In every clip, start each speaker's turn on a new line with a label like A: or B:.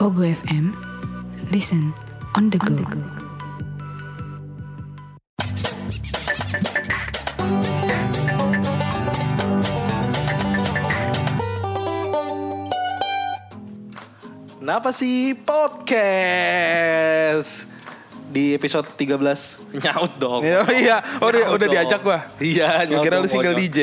A: Ogo FM. Listen on the go.
B: Kenapa sih podcast? Di episode 13
C: Nyaut dong.
B: Iya, iya. Oh,
C: Nyaut
B: udah, udah
C: dong.
B: diajak gua.
C: Iya,
B: Gua
C: nyaut
B: kira lu
C: dong,
B: single
C: konyol.
B: DJ.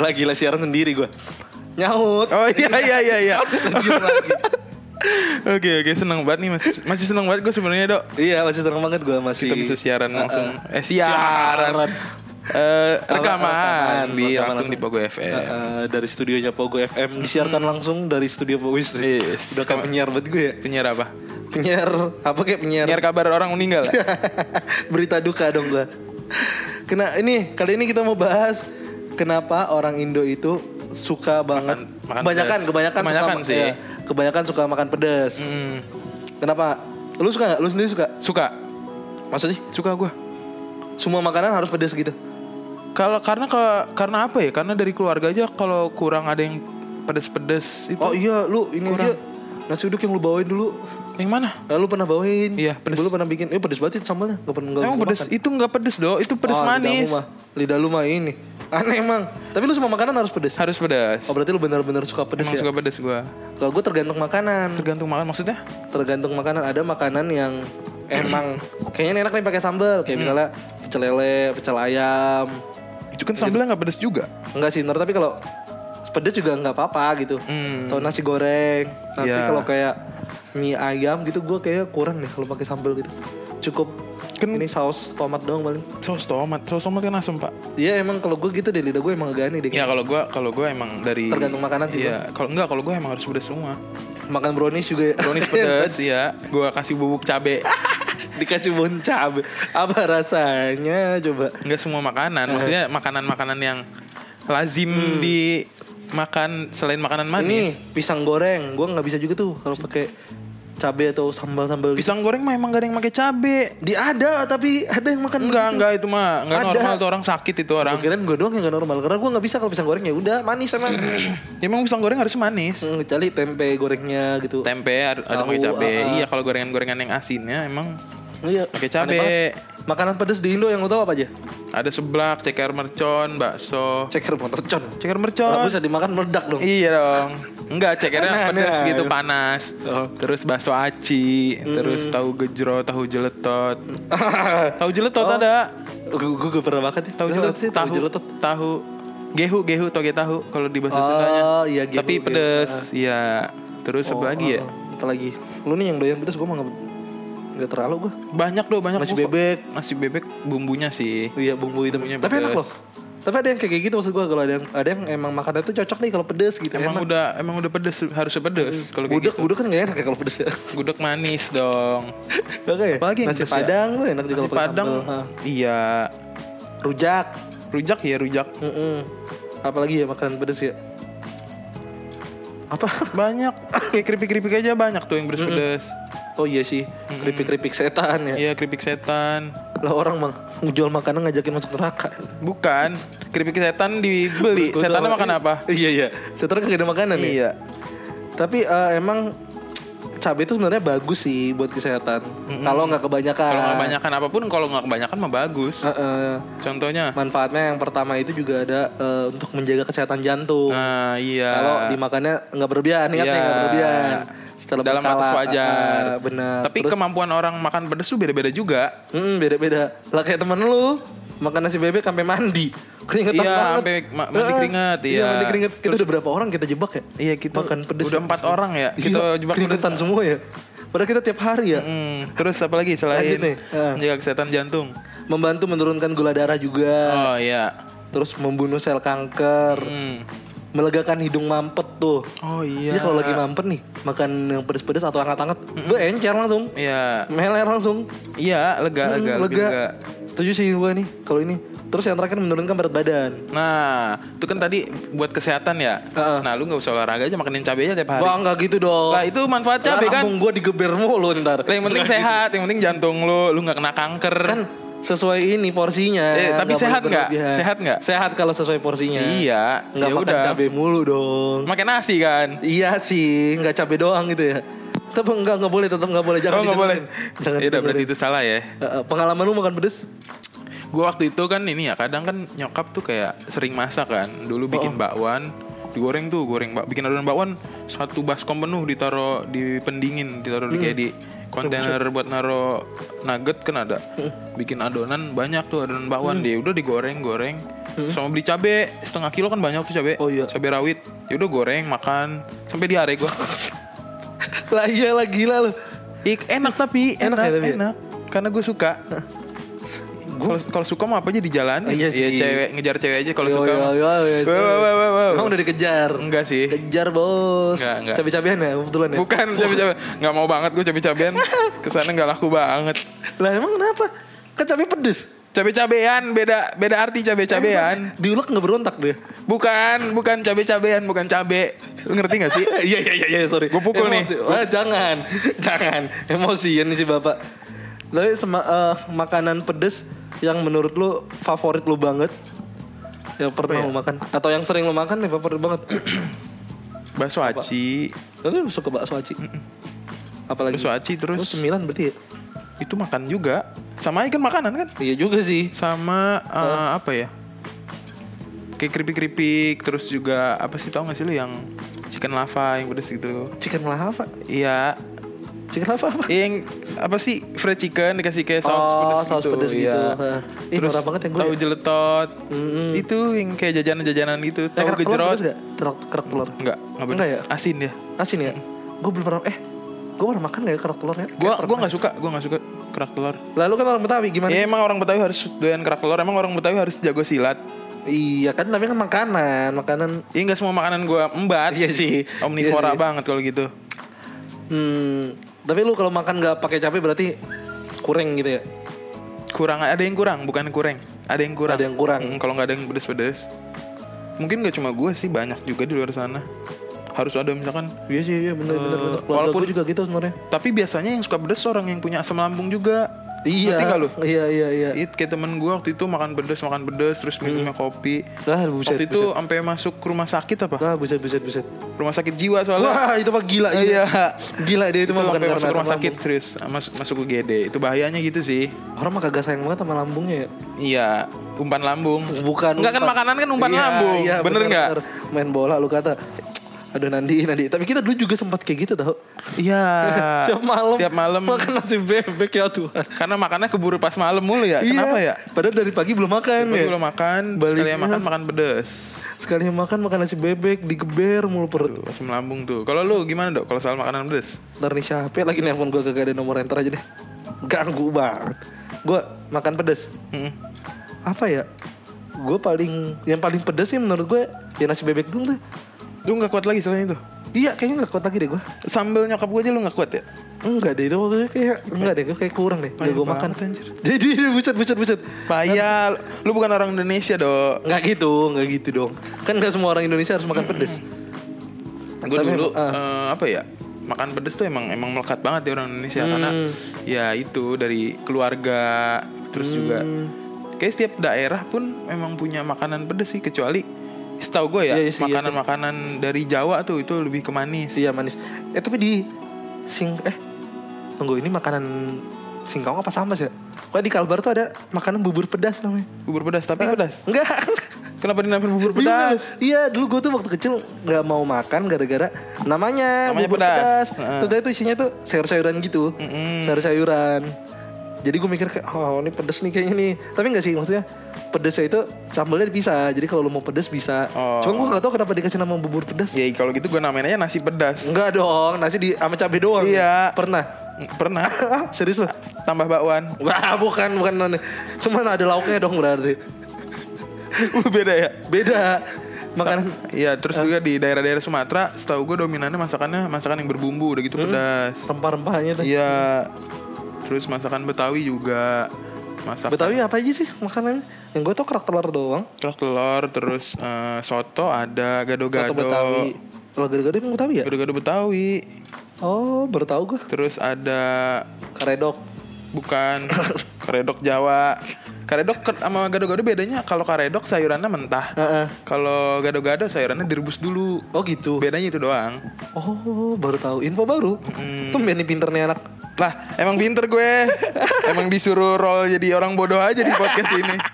C: Lagi lah siaran sendiri gua. Nyaut.
B: Oh iya iya iya iya.
C: Lanjut lagi.
D: Oke oke senang banget nih masih masih senang banget gue sebenarnya dok
B: iya, masih seneng banget gua masih.
D: kita bisa siaran
B: Uh-uh.
D: langsung eh siaran Eh, rekaman
B: Rekaman,
D: di
B: rekaman
D: langsung di
B: langsung.
D: Pogo FM.
B: Uh, uh, dari studionya Pogo FM disiarkan langsung dari studio Pogo Istri.
D: Yes.
B: Udah kayak
D: Sama-
B: penyiar banget gue ya.
D: Penyiar apa?
B: Penyiar apa kayak penyiar?
D: Penyiar kabar orang meninggal. ya?
B: Berita duka dong gua. Kena ini kali ini kita mau bahas kenapa orang Indo itu suka banget
D: makan
B: kebanyakan,
D: pedas.
B: kebanyakan
D: Kebanyakan
B: suka,
D: sih. Hmm.
B: iya, kebanyakan suka makan pedas. Kenapa? Lu suka gak? Lu sendiri suka?
D: Suka,
B: Maksudnya
D: suka gue.
B: semua makanan harus pedas gitu?
D: Kalau karena ke- karena apa ya? Karena dari keluarga aja kalau kurang ada yang pedes-pedes itu.
B: Oh iya, lu ini aja
D: Kurang.
B: nasi uduk yang lu bawain dulu.
D: Yang mana?
B: Eh, lu pernah bawain?
D: Iya,
B: Ibu
D: pedes.
B: Lu pernah bikin? Eh pedes banget itu sambalnya. Gak pernah gak
D: Emang
B: gua
D: pedes?
B: makan.
D: Itu nggak pedes dok. Itu pedes
B: Oh,
D: manis.
B: Lidah lu, mah. lidah lu mah ini. Aneh emang. Tapi lu semua makanan harus pedes.
D: Harus pedes.
B: Oh berarti lu benar-benar suka pedes
D: Emang
B: ya?
D: suka pedes gue.
B: Kalau gue tergantung makanan.
D: Tergantung makan maksudnya.
B: Tergantung makanan. Ada makanan yang emang kayaknya ini enak nih pakai sambal. Kayak
D: Hmm.
B: misalnya pecel lele, pecel ayam.
D: Itu kan sambalnya nggak pedes juga.
B: Enggak sih, bener. tapi kalau pedes juga nggak apa-apa gitu. Atau nasi goreng. Nah, Tapi
D: Hmm. Iya.
B: kalau kayak mie ayam gitu gue kayak kurang deh kalau pakai sambal gitu. Cukup
D: Kan-
B: ini saus tomat doang paling.
D: Saus tomat, saus tomat kan asam pak.
B: Iya emang kalau gue gitu deh lidah gue emang agak aneh deh.
D: Ya kalau gua kalau gua emang dari
B: Tergantung makanan sih,
D: Iya, kalau enggak kalau gua emang harus pedas semua.
B: Makan brownies juga ya.
D: Brownies pedas ya. Gua kasih bubuk cabe.
B: Dikasih bon cabe. Apa rasanya coba?
D: Enggak semua makanan,
B: Eh.
D: maksudnya makanan-makanan yang lazim
B: Hmm.
D: dimakan selain makanan
B: Ini
D: manis.
B: pisang goreng, gue nggak bisa juga tuh kalau pakai cabe atau sambal-sambal. gitu.
D: Pisang goreng mah emang gak ada yang pakai cabe.
B: Di ada tapi ada yang makan
D: Enggak,
B: begitu.
D: enggak itu mah enggak
B: Hmm. Ada.
D: normal tuh orang sakit itu orang.
B: Gua Kirain gue doang yang gak normal karena gue nggak bisa kalau pisang goreng ya udah manis emang.
D: Emang pisang goreng harus manis.
B: Hmm, Kecuali tempe gorengnya gitu.
D: Tempe ada ada yang
B: Tahu,
D: pakai cabe.
B: ah.
D: Iya, kalau gorengan-gorengan yang asinnya emang
B: Iya.
D: pakai
B: aneh
D: cabe.
B: banget. Makanan pedas di Indo yang lo tau apa aja?
D: Ada seblak, ceker mercon, bakso.
B: Ceker mercon.
D: Ceker
B: Kalau
D: mercon.
B: bisa dimakan meledak dong. Nah,
D: Iya dong. Enggak, cekernya
B: Panas.
D: pedas gitu panas.
B: Oh.
D: Terus bakso aci,
B: Hmm.
D: terus tahu gejro, tahu jeletot. tahu jeletot ada.
B: Gue gue pernah makan ya.
D: Tahu jeletot,
B: Oh. sih,
D: tahu jeletot, tahu gehu, gehu, toge tahu kalau di bahasa
B: Oh,
D: Sundanya.
B: iya, gehu,
D: Tapi
B: gehu. Oh,
D: pedes, iya. Terus apa lagi ya?
B: Apalagi lu nih yang doyan pedas gue mah nggak nggak terlalu gue.
D: Banyak dong, banyak.
B: Nasi
D: Gua-
B: bebek.
D: Nasi bebek bumbunya sih.
B: Iya bumbu hitamnya.
D: Bumbunya
B: Tapi enak
D: pedes.
B: loh. Tapi ada yang kayak gitu maksud gue kalau ada yang ada yang emang makanan itu cocok nih kalau pedes gitu.
D: Emang
B: enak.
D: udah emang udah pedes, harus pedes kalau kayak
B: gudeg
D: gitu.
B: gudeg kan gak enak ya kalau pedes ya.
D: Gudeg manis dong.
B: Oke.
D: Apalagi yang
B: nasi
D: pedes ya?
B: padang tuh enak juga
D: Nasi
B: kalau pakai
D: Padang.
B: sambal. Ah,
D: Iya.
B: Rujak.
D: Rujak ya, rujak.
B: Mm-mm. Apalagi ya makanan pedes ya. Apa?
D: Banyak kayak keripik-keripik aja banyak tuh yang pedes-pedes.
B: Oh iya sih, keripik-keripik setan ya.
D: Iya keripik setan.
B: Lah orang mang jual makanan ngajakin masuk neraka.
D: Bukan keripik setan dibeli.
B: Terus gua
D: Setannya
B: tahu,
D: makan
B: eh,
D: apa?
B: Iya iya. Setan kagak ada makanan ya.
D: Iya.
B: Tapi eh, emang cabai itu sebenarnya bagus sih buat kesehatan. Kalau nggak kebanyakan.
D: Kalau nggak kebanyakan apapun, kalau nggak kebanyakan mah bagus.
B: Ah. Heeh.
D: Contohnya,
B: manfaatnya yang pertama itu juga ada eh, untuk menjaga kesehatan jantung.
D: nah iya.
B: Kalau dimakannya nggak berlebihan, ingat
D: Iya.
B: nih nggak berlebihan. Setelah
D: dalam
B: berkala,
D: batas wajar.
B: eh, benar.
D: Tapi kemampuan orang makan pedes tuh beda-beda juga.
B: Mm, beda-beda. Lah kayak temen lu makan nasi bebek sampai mandi. Keringetan
D: Iya,
B: banget.
D: sampai ma- mandi
B: Ah,
D: keringet, iya.
B: mandi keringet. Kita udah berapa orang kita jebak ya?
D: Iya, kita
B: makan pedes.
D: udah empat orang ya, kita
B: Iya,
D: jebak
B: keringetan semua ya. Padahal kita tiap hari ya.
D: Hmm, terus apa lagi
B: Lanjut
D: selain
B: nih, eh.
D: menjaga kesehatan jantung?
B: Membantu menurunkan gula darah juga.
D: Oh iya.
B: Terus membunuh sel kanker.
D: Hmm.
B: Melegakan hidung mampet tuh.
D: Oh
B: Iya
D: iya.
B: kalau lagi mampet nih makan yang pedes-pedes atau hangat-hangat, gue encer langsung,
D: Iya.
B: meler langsung,
D: Iya, lega,
B: Hmm,
D: lega, lebih
B: lega.
D: lega.
B: Setuju sih gue nih kalau ini. Terus yang terakhir menurunkan berat badan.
D: Nah, itu kan tadi buat kesehatan ya.
B: Heeh.
D: Nah, lu nggak usah olahraga aja makenin cabai aja tiap hari.
B: Wah nggak gitu dong.
D: Lah, itu manfaat cabai kan.
B: Lambung gue digeber mulu ntar.
D: Lah, yang penting sehat, yang penting jantung lu, lu nggak kena kanker.
B: Kan sesuai ini porsinya.
D: Eh, tapi
B: boleh
D: sehat nggak?
B: berlebihan.
D: Sehat nggak?
B: Sehat kalau sesuai porsinya.
D: Iya,
B: Nggak
D: ya
B: makan
D: udah.
B: cabai mulu dong.
D: Makan nasi kan.
B: Iya sih, nggak cabai doang gitu ya. Tapi enggak enggak boleh, tetap enggak boleh. Jangan
D: oh nggak boleh.
B: didengerin. Jangan.
D: Ya udah
B: didengerin.
D: berarti itu salah ya.
B: Eh, eh, pengalaman lu makan pedes?
D: Gue waktu itu kan ini ya kadang kan nyokap tuh kayak sering masak kan.
B: Oh.
D: Dulu bikin bakwan digoreng tuh goreng bak bikin adonan bakwan satu baskom penuh ditaro di pendingin ditaruh
B: Hmm.
D: di kayak di kontainer buat naro nugget kan ada
B: Hmm.
D: bikin adonan banyak tuh adonan bakwan dia udah digoreng goreng sama beli cabe setengah kilo kan banyak tuh cabe
B: Hmm. Oh, iya.
D: cabe rawit ya udah goreng makan sampai diare gua
B: Lah iyalah gila lu.
D: Ik, enak tapi enak
B: Enak ya, tapi ya?
D: enak karena gue suka kalau kalau suka mah apa aja di jalan
B: Iya
D: Iya,
B: sih.
D: cewek ngejar cewek aja kalau
B: Yo,
D: suka
B: yo,
D: mah.
B: yo, yo, yo.
D: Wow, wow, wow, wow.
B: Emang udah dikejar.
D: enggak sih
B: Kejar bos.
D: Enggak, enggak.
B: Cabe-cabean ya kebetulan ya.
D: bukan cabe cabe nggak mau banget gue cabe cabean kesana nggak laku banget
B: Lah emang kenapa? Kan cabe pedes.
D: cabe cabean beda beda arti cabe
B: Emang
D: cabean
B: Diulek nggak berontak dia.
D: bukan bukan cabe cabean bukan cabe lu ngerti gak sih
B: Iya iya iya iya, sorry.
D: Gua pukul
B: Emosi. Wah, jangan jangan emosian sih bapak. Tapi sema- eh, makanan pedes yang menurut lu favorit lu banget yang pernah lu makan atau yang sering lu makan yang favorit banget.
D: bakso aci
B: Tapi lu suka bakso aci. Apalagi
D: bakso aci
B: Lu
D: terus
B: sembilan berarti ya?
D: itu makan juga sama aja kan makanan kan
B: Iya juga sih.
D: sama eh, apa ya kayak keripik-keripik terus juga apa sih tau gak sih lu yang chicken lava yang pedes gitu
B: Chicken lava.
D: iya
B: Chicken lava apa?
D: yang apa sih fried chicken dikasih kayak saus
B: Oh,
D: pedes
B: saus
D: gitu,
B: pedes gitu.
D: iya.
B: Hah. Ih,
D: terus
B: norak banget yang gue
D: tahu
B: ya.
D: jeletot itu yang kayak jajanan-jajanan gitu
B: Eh,
D: tahu
B: kerak telur
D: gejrot
B: pedes nggak? Kerak, kerak telur.
D: enggak enggak pedes
B: Enggak ya?
D: asin ya
B: Asin ya? Gue belum pernah eh gue pernah makan gak ya kerak telurnya?
D: gua gua nggak suka gua nggak suka kerak telur
B: Lalu kan orang Betawi gimana?
D: Ya, emang orang Betawi harus doyan kerak telur, emang orang Betawi harus jago silat.
B: Iya kan tapi kan makanan, makanan
D: Iya enggak semua makanan gua embat.
B: Iya sih. Iya
D: Omnivora
B: sih.
D: banget kalau gitu.
B: Hmm, tapi lu kalau makan nggak pakai cabai berarti kurang gitu ya.
D: kurang ada yang kurang bukan kurang ada yang kurang
B: Ada yang kurang.
D: Mm, kalau nggak ada yang pedes-pedes mungkin nggak cuma gue sih banyak juga di luar sana harus ada misalkan
B: Iya sih, iya benar benar benar. Keluarga
D: walaupun-
B: gua juga gitu sebenarnya.
D: tapi biasanya yang suka pedes orang yang punya asam lambung juga
B: Iya.
D: ngerti nggak lu
B: Iya iya iya. Hmm.
D: It, kayak temen gue waktu itu makan pedes makan pedes terus minumnya kopi
B: Lah buset.
D: waktu itu sampai masuk rumah sakit apa
B: buset. Lah buset buset buset.
D: rumah sakit jiwa soalnya
B: Wah, itu mah gila
D: Iya.
B: Gila dia itu
D: itu
B: mah bukan
D: sampai
B: karena
D: masuk rumah
B: asam
D: sakit terus masuk masuk UGD itu bahayanya gitu sih
B: lambung. Orang mah kagak sayang banget sama lambungnya ya.
D: Iya, umpan lambung.
B: Bukan.
D: Enggak kan
B: umpan.
D: makanan kan umpan
B: Iya,
D: lambung.
B: iya,
D: bener nggak?
B: bener. Main bola lu kata. Ada Nandi, Nandi. Tapi kita dulu juga sempat kayak gitu tau.
D: Iya.
B: tiap malam.
D: Tiap malam.
B: Makan nasi bebek ya Tuhan.
D: Karena makannya keburu pas malam mulu ya.
B: Iya,
D: Kenapa ya?
B: Padahal dari pagi belum makan ya.
D: Belum makan,
B: Baliknya.
D: sekali makan makan pedes.
B: Sekali makan makan nasi bebek digeber mulu perut.
D: Tuh, asam lambung tuh. Kalau lu gimana, Dok? Kalau soal makanan pedes?
B: Ntar nih siapa lagi nelfon gue kagak ada nomor enter aja deh. Ganggu banget. Gue makan pedes.
D: Mm.
B: Apa ya? Gue paling yang paling pedes sih menurut gue ya nasi bebek dulu tuh.
D: Lu nggak kuat lagi selain itu.
B: Iya kayaknya gak kuat lagi deh gue
D: Sambel nyokap gue aja lu nggak kuat ya?
B: Kan- Enggak deh itu waktu itu kayak Enggak deh gue kayak kurang deh Gak
D: Payah
B: gue makan
D: banget, anjir.
B: Jadi buset buset buset
D: Payah. Lu bukan orang Indonesia, Dok.
B: Enggak gitu Enggak gitu dong Kan gak semua orang Indonesia harus makan pedes
D: Gue
B: Tapi,
D: dulu
B: ah.
D: eh, apa ya? Makan pedes tuh emang emang melekat banget di orang Indonesia
B: Hmm.
D: karena ya itu dari keluarga terus juga
B: Hmm.
D: kayak setiap daerah pun memang punya makanan pedes sih kecuali setahu gue ya
B: Iya, iya sih, iya
D: makanan-makanan dari Jawa tuh itu lebih ke manis.
B: Iya manis. Eh tapi di sing eh tunggu ini makanan singkong apa sama sih? Pokoknya di Kalbar tuh ada makanan bubur pedas namanya.
D: Bubur pedas tapi pedas.
B: Enggak.
D: Kenapa dinamain bubur
B: Ah.
D: pedas?
B: Iya dulu gue tuh waktu kecil nggak mau makan gara-gara namanya,
D: Namanya
B: bubur
D: pedas.
B: pedas.
D: Heeh.
B: Terus dia tuh isinya tuh sayur-sayuran gitu, sayur-sayuran. Jadi gue mikir kayak oh ini pedes nih kayaknya nih. Tapi nggak sih maksudnya pedesnya itu sambalnya dipisah. Jadi kalau lu mau pedes bisa.
D: Oh.
B: Cuma gue nggak tahu kenapa dikasih nama bubur pedas.
D: Ya kalau gitu gue namain aja nasi pedas.
B: Enggak dong, nasi di sama cabai doang.
D: Iya.
B: Pernah.
D: Pernah
B: Ah, serius lu?
D: tambah bakwan.
B: Wah, bukan, bukan. non. Cuman ada lauknya dong berarti.
D: Beda ya?
B: Beda. Makanan Ah.
D: Iya, terus juga di daerah-daerah Sumatera, setahu gue dominannya masakannya masakan yang berbumbu, udah gitu
B: Hmm.
D: pedas.
B: rempah-rempahnya tuh.
D: Iya. Terus masakan Betawi juga. Masakan
B: Betawi apa aja sih makanannya? Yang gue tau kerak telur doang.
D: telur, telur terus eh, soto ada
B: Atau
D: gado-gado.
B: Betawi. Iya. Kalau gado-gado emang Betawi ya?
D: Gado-gado Betawi.
B: Oh, baru tau gue.
D: Terus ada
B: Karedok.
D: bukan keredok Jawa. Karedok ke- sama gado-gado bedanya kalau karedok sayurannya mentah.
B: Heeh.
D: Kalau gado-gado sayurannya direbus dulu.
B: Oh gitu.
D: Bedanya itu doang.
B: Oh, baru tahu info baru. Tumben nih pinter nih anak.
D: Lah, emang pinter gue. emang disuruh roll jadi orang bodoh aja di podcast ini.